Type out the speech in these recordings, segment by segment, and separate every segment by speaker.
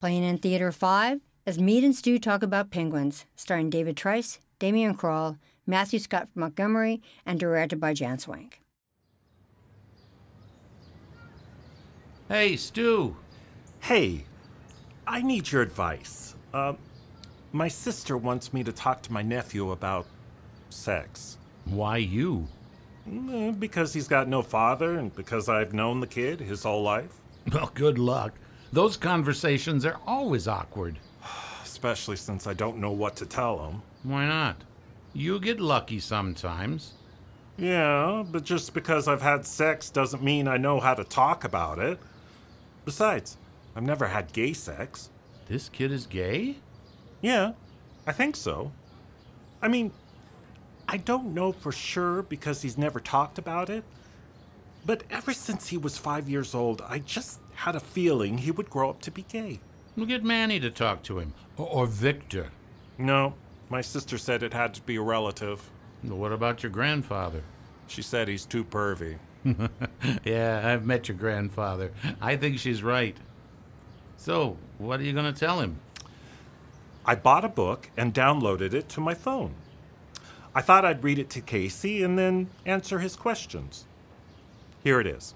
Speaker 1: Playing in Theater 5 as Mead and Stu talk about penguins, starring David Trice, Damian Krall, Matthew Scott Montgomery, and directed by Jan Swank.
Speaker 2: Hey, Stu.
Speaker 3: Hey, I need your advice. Uh, my sister wants me to talk to my nephew about sex.
Speaker 2: Why you?
Speaker 3: Mm, Because he's got no father, and because I've known the kid his whole life,
Speaker 2: Well, good luck. Those conversations are always awkward.
Speaker 3: especially since I don't know what to tell him.
Speaker 2: Why not? You get lucky sometimes.
Speaker 3: Yeah, but just because I've had sex doesn't mean I know how to talk about it. Besides, I've never had gay sex.
Speaker 2: This kid is gay?
Speaker 3: Yeah, I think so. I mean, I don't know for sure because he's never talked about it, but ever since he was five years old, I just had a feeling he would grow up to be gay.
Speaker 2: We'll get Manny to talk to him. Or, or Victor.
Speaker 3: No, my sister said it had to be a relative.
Speaker 2: What about your grandfather?
Speaker 3: She said he's too pervy.
Speaker 2: yeah, I've met your grandfather. I think she's right. So, what are you going to tell him?
Speaker 3: I bought a book and downloaded it to my phone. I thought I'd read it to Casey and then answer his questions. Here it is.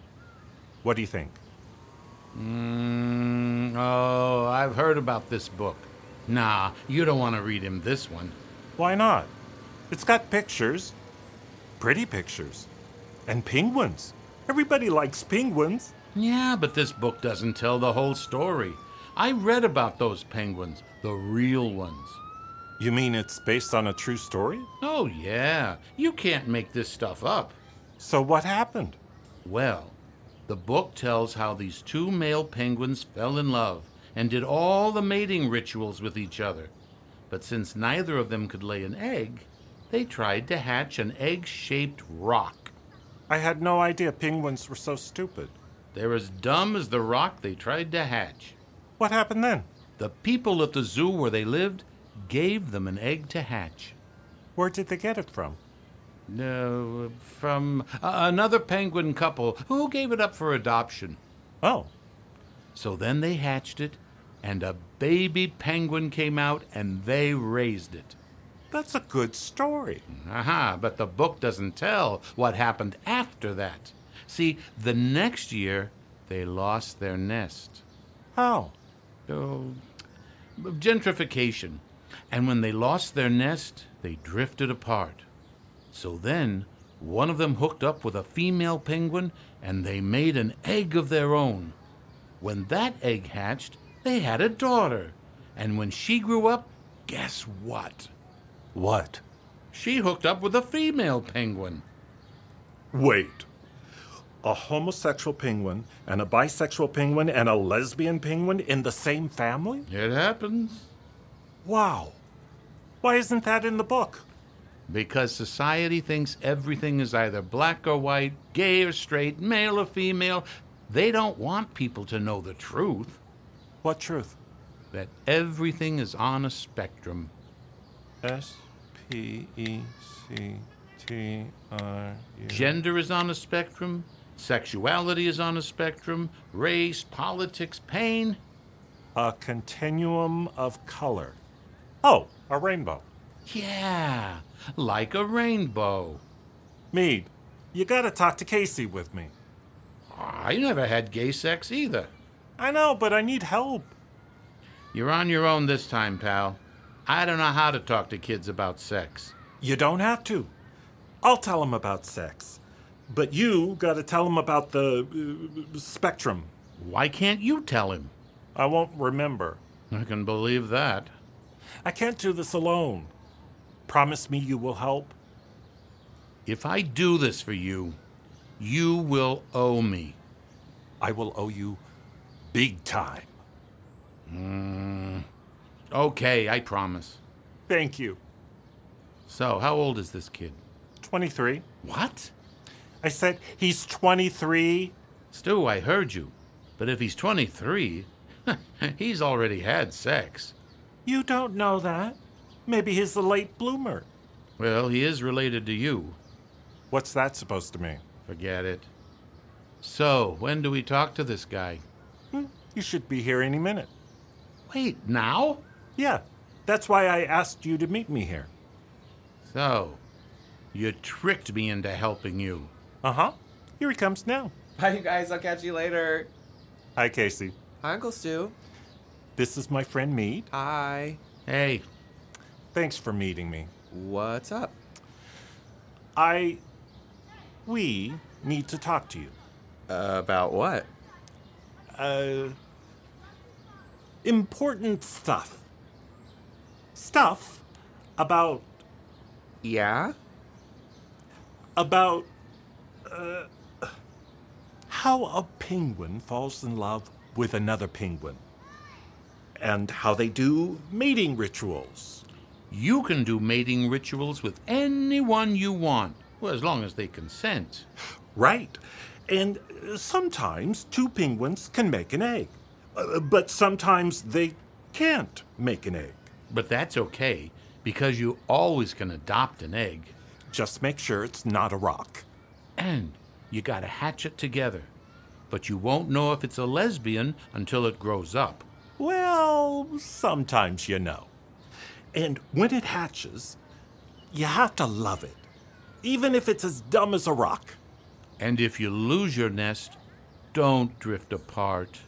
Speaker 3: What do you think?
Speaker 2: Mm, oh, I've heard about this book. Nah, you don't want to read him this one.
Speaker 3: Why not? It's got pictures. Pretty pictures. And penguins. Everybody likes penguins.
Speaker 2: Yeah, but this book doesn't tell the whole story. I read about those penguins, the real ones.
Speaker 3: You mean it's based on a true story?
Speaker 2: Oh, yeah, you can't make this stuff up.
Speaker 3: So what happened?
Speaker 2: Well, the book tells how these two male penguins fell in love and did all the mating rituals with each other. But since neither of them could lay an egg, they tried to hatch an egg shaped rock.
Speaker 3: I had no idea penguins were so stupid.
Speaker 2: They're as dumb as the rock they tried to hatch.
Speaker 3: What happened then?
Speaker 2: The people at the zoo where they lived gave them an egg to hatch.
Speaker 3: Where did they get it from?
Speaker 2: No, from a- another penguin couple who gave it up for adoption.
Speaker 3: Oh,
Speaker 2: So then they hatched it, and a baby penguin came out, and they raised it.
Speaker 3: that's a good story.
Speaker 2: Aha, but the book doesn't tell what happened after that. See, the next year, they lost their nest.
Speaker 3: How?
Speaker 2: Oh, gentrification. And when they lost their nest, they drifted apart. So then, one of them hooked up with a female penguin and they made an egg of their own. When that egg hatched, they had a daughter. And when she grew up, guess what?
Speaker 3: What?
Speaker 2: She hooked up with a female penguin.
Speaker 3: Wait. A homosexual penguin and a bisexual penguin and a lesbian penguin in the same family?
Speaker 2: It happens.
Speaker 3: Wow. Why isn't that in the book?
Speaker 2: Because society thinks everything is either black or white, gay or straight, male or female. They don't want people to know the truth
Speaker 3: What truth?
Speaker 2: that everything is on a spectrum.
Speaker 3: S P E C T R U.
Speaker 2: Gender is on a spectrum, sexuality is on a spectrum, race, politics, pain.
Speaker 3: A continuum of color. Oh, a rainbow.
Speaker 2: Yeah, like a rainbow.
Speaker 3: Mead, you gotta talk to Casey with me.
Speaker 2: I never had gay sex either.
Speaker 3: I know, but I need help.
Speaker 2: You're on your own this time, pal. I don't know how to talk to kids about sex.
Speaker 3: You don't have to. I'll tell him about sex. But you gotta tell him about the uh, spectrum.
Speaker 2: Why can't you tell him?
Speaker 3: I won't remember.
Speaker 2: I can believe that.
Speaker 3: I can't do this alone. Promise me you will help.
Speaker 2: If I do this for you, you will owe me.
Speaker 3: I will owe you big time.
Speaker 2: Okay, I promise.
Speaker 3: Thank you.
Speaker 2: So, how old is this kid?
Speaker 3: 23.
Speaker 2: What?
Speaker 3: I said he's 23.
Speaker 2: Stu, I heard you. But if he's 23, he's already had sex.
Speaker 3: You don't know that. Maybe he's a late bloomer.
Speaker 2: Well, he is related to you.
Speaker 3: What's that supposed to mean?
Speaker 2: Forget it. So, when do we talk to this guy?
Speaker 3: "Hmm, You should be here any minute.
Speaker 2: Wait, now?
Speaker 3: Yeah, that's why I asked you to meet me here.
Speaker 2: So, you tricked me into helping you.
Speaker 3: Uh huh. Here he comes now.
Speaker 4: Bye, you guys. I'll catch you later.
Speaker 3: Hi, Casey.
Speaker 4: Hi, Uncle Stu.
Speaker 3: This is my friend Mead.
Speaker 4: Hi.
Speaker 2: Hey,
Speaker 3: Thanks for meeting me.
Speaker 4: What's up?
Speaker 3: I. We need to talk to you.
Speaker 4: about what?
Speaker 3: Uh. Important stuff. Stuff about.
Speaker 4: Yeah?
Speaker 3: about. Uh, how a penguin falls in love with another penguin. And how they do mating rituals.
Speaker 2: you can do mating rituals with anyone you want, well, as long as they consent.
Speaker 3: Right. And uh, sometimes two penguins can make an egg, Uh, but sometimes they can't make an egg.
Speaker 2: But that's okay, because you always can adopt an egg.
Speaker 3: Just make sure it's not a rock.
Speaker 2: And you gotta hatch it together. But you won't know if it's a lesbian until it grows up.
Speaker 3: Well, sometimes you know. And when it hatches, you have to love it, even if it's as dumb as a rock.
Speaker 2: And if you lose your nest, don't drift apart.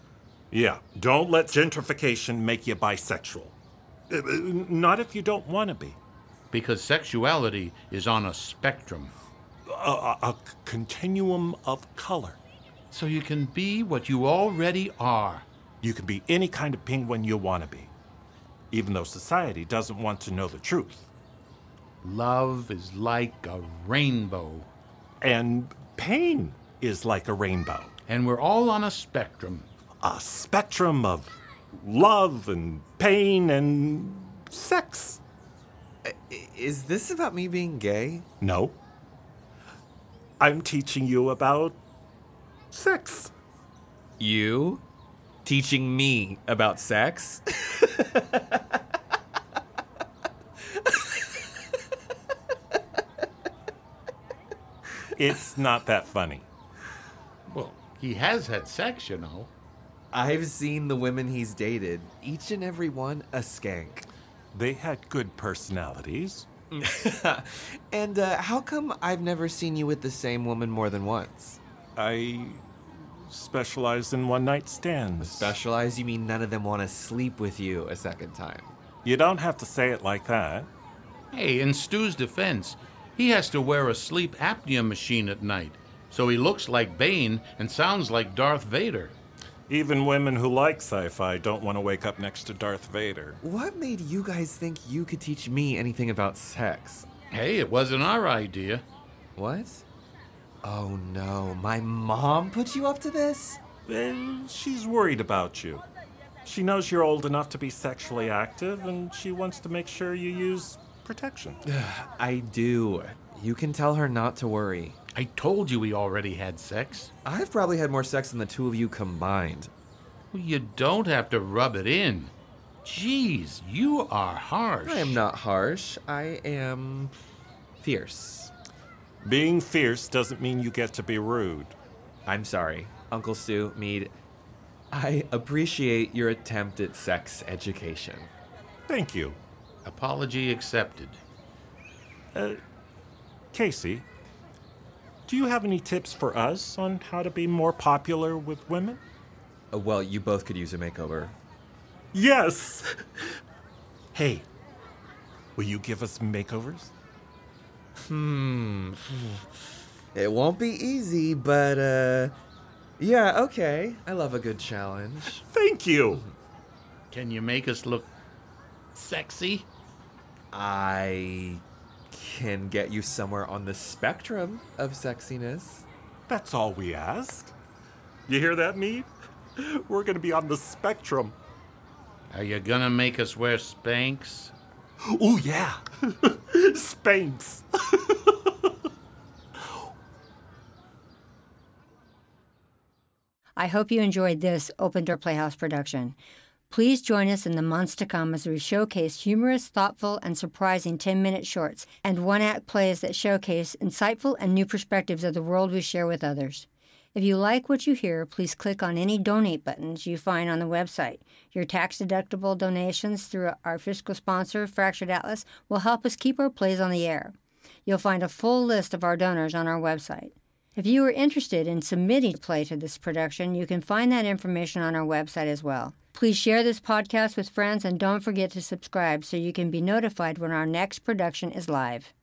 Speaker 3: Yeah, don't let gentrification make you bisexual. Uh, uh, Not if you don't want to be.
Speaker 2: Because sexuality is on a spectrum.
Speaker 3: A, a- a continuum of color.
Speaker 2: So you can be what you already are.
Speaker 3: You can be any kind of penguin you want to be, even though society doesn't want to know the truth.
Speaker 2: Love is like a rainbow,
Speaker 3: And pain is like a rainbow,
Speaker 2: and we're all on a spectrum.
Speaker 3: a spectrum of love and pain and sex.
Speaker 4: I- Is this about me being gay?
Speaker 3: No. I'm teaching you about sex.
Speaker 4: You? Teaching me about sex?
Speaker 3: It's not that funny.
Speaker 2: Well, he has had sex, you know.
Speaker 4: I've seen the women he's dated, each and every one a skank.
Speaker 3: They had good personalities.
Speaker 4: and uh, how come I've never seen you with the same woman more than once?
Speaker 3: I specialize in one night stands.
Speaker 4: Specialize, you mean none of them want to sleep with you a second time.
Speaker 3: You don't have to say it like that.
Speaker 2: Hey, in Stu's defense, he has to wear a sleep apnea machine at night, so he looks like Bane and sounds like Darth Vader.
Speaker 3: Even women who like sci fi don't want to wake up next to Darth Vader.
Speaker 4: What made you guys think you could teach me anything about sex?
Speaker 2: Hey, it wasn't our idea.
Speaker 4: What? Oh no, my mom put you up to this?
Speaker 3: Eh, she's worried about you. She knows you're old enough to be sexually active, and she wants to make sure you use protection.
Speaker 4: I do. You can tell her not to worry.
Speaker 2: I told you he already had sex.
Speaker 4: I've probably had more sex than the two of you combined.
Speaker 2: Well, you don't have to rub it in. Jeez, you are harsh.
Speaker 4: I am not harsh. I am fierce.
Speaker 3: Being fierce doesn't mean you get to be rude.
Speaker 4: I'm sorry, Uncle Stu, Mead. I appreciate your attempt at sex education.
Speaker 3: Thank you.
Speaker 2: Apology accepted.
Speaker 3: Uh, Casey, do you have any tips for us on how to be more popular with women?
Speaker 4: Uh, well, you both could use a makeover.
Speaker 3: Yes! Hey, will you give us makeovers?
Speaker 4: It won't be easy, but uh yeah, okay. I love a good challenge.
Speaker 3: Thank you!
Speaker 2: Can you make us look sexy?
Speaker 4: I can get you somewhere on the spectrum of sexiness.
Speaker 3: That's all we ask. You hear that, me? We're gonna be on the spectrum.
Speaker 2: Are you gonna make us wear Spanx?
Speaker 3: Oh, yeah! Spanks!
Speaker 1: I hope you enjoyed this Open Door Playhouse production. Please join us in the months to come as we showcase humorous, thoughtful, and surprising 10 minute shorts and one act plays that showcase insightful and new perspectives of the world we share with others. If you like what you hear, please click on any donate buttons you find on the website. Your tax deductible donations through our fiscal sponsor, Fractured Atlas, will help us keep our plays on the air. You'll find a full list of our donors on our website. If you are interested in submitting a play to this production, you can find that information on our website as well. Please share this podcast with friends and don't forget to subscribe so you can be notified when our next production is live.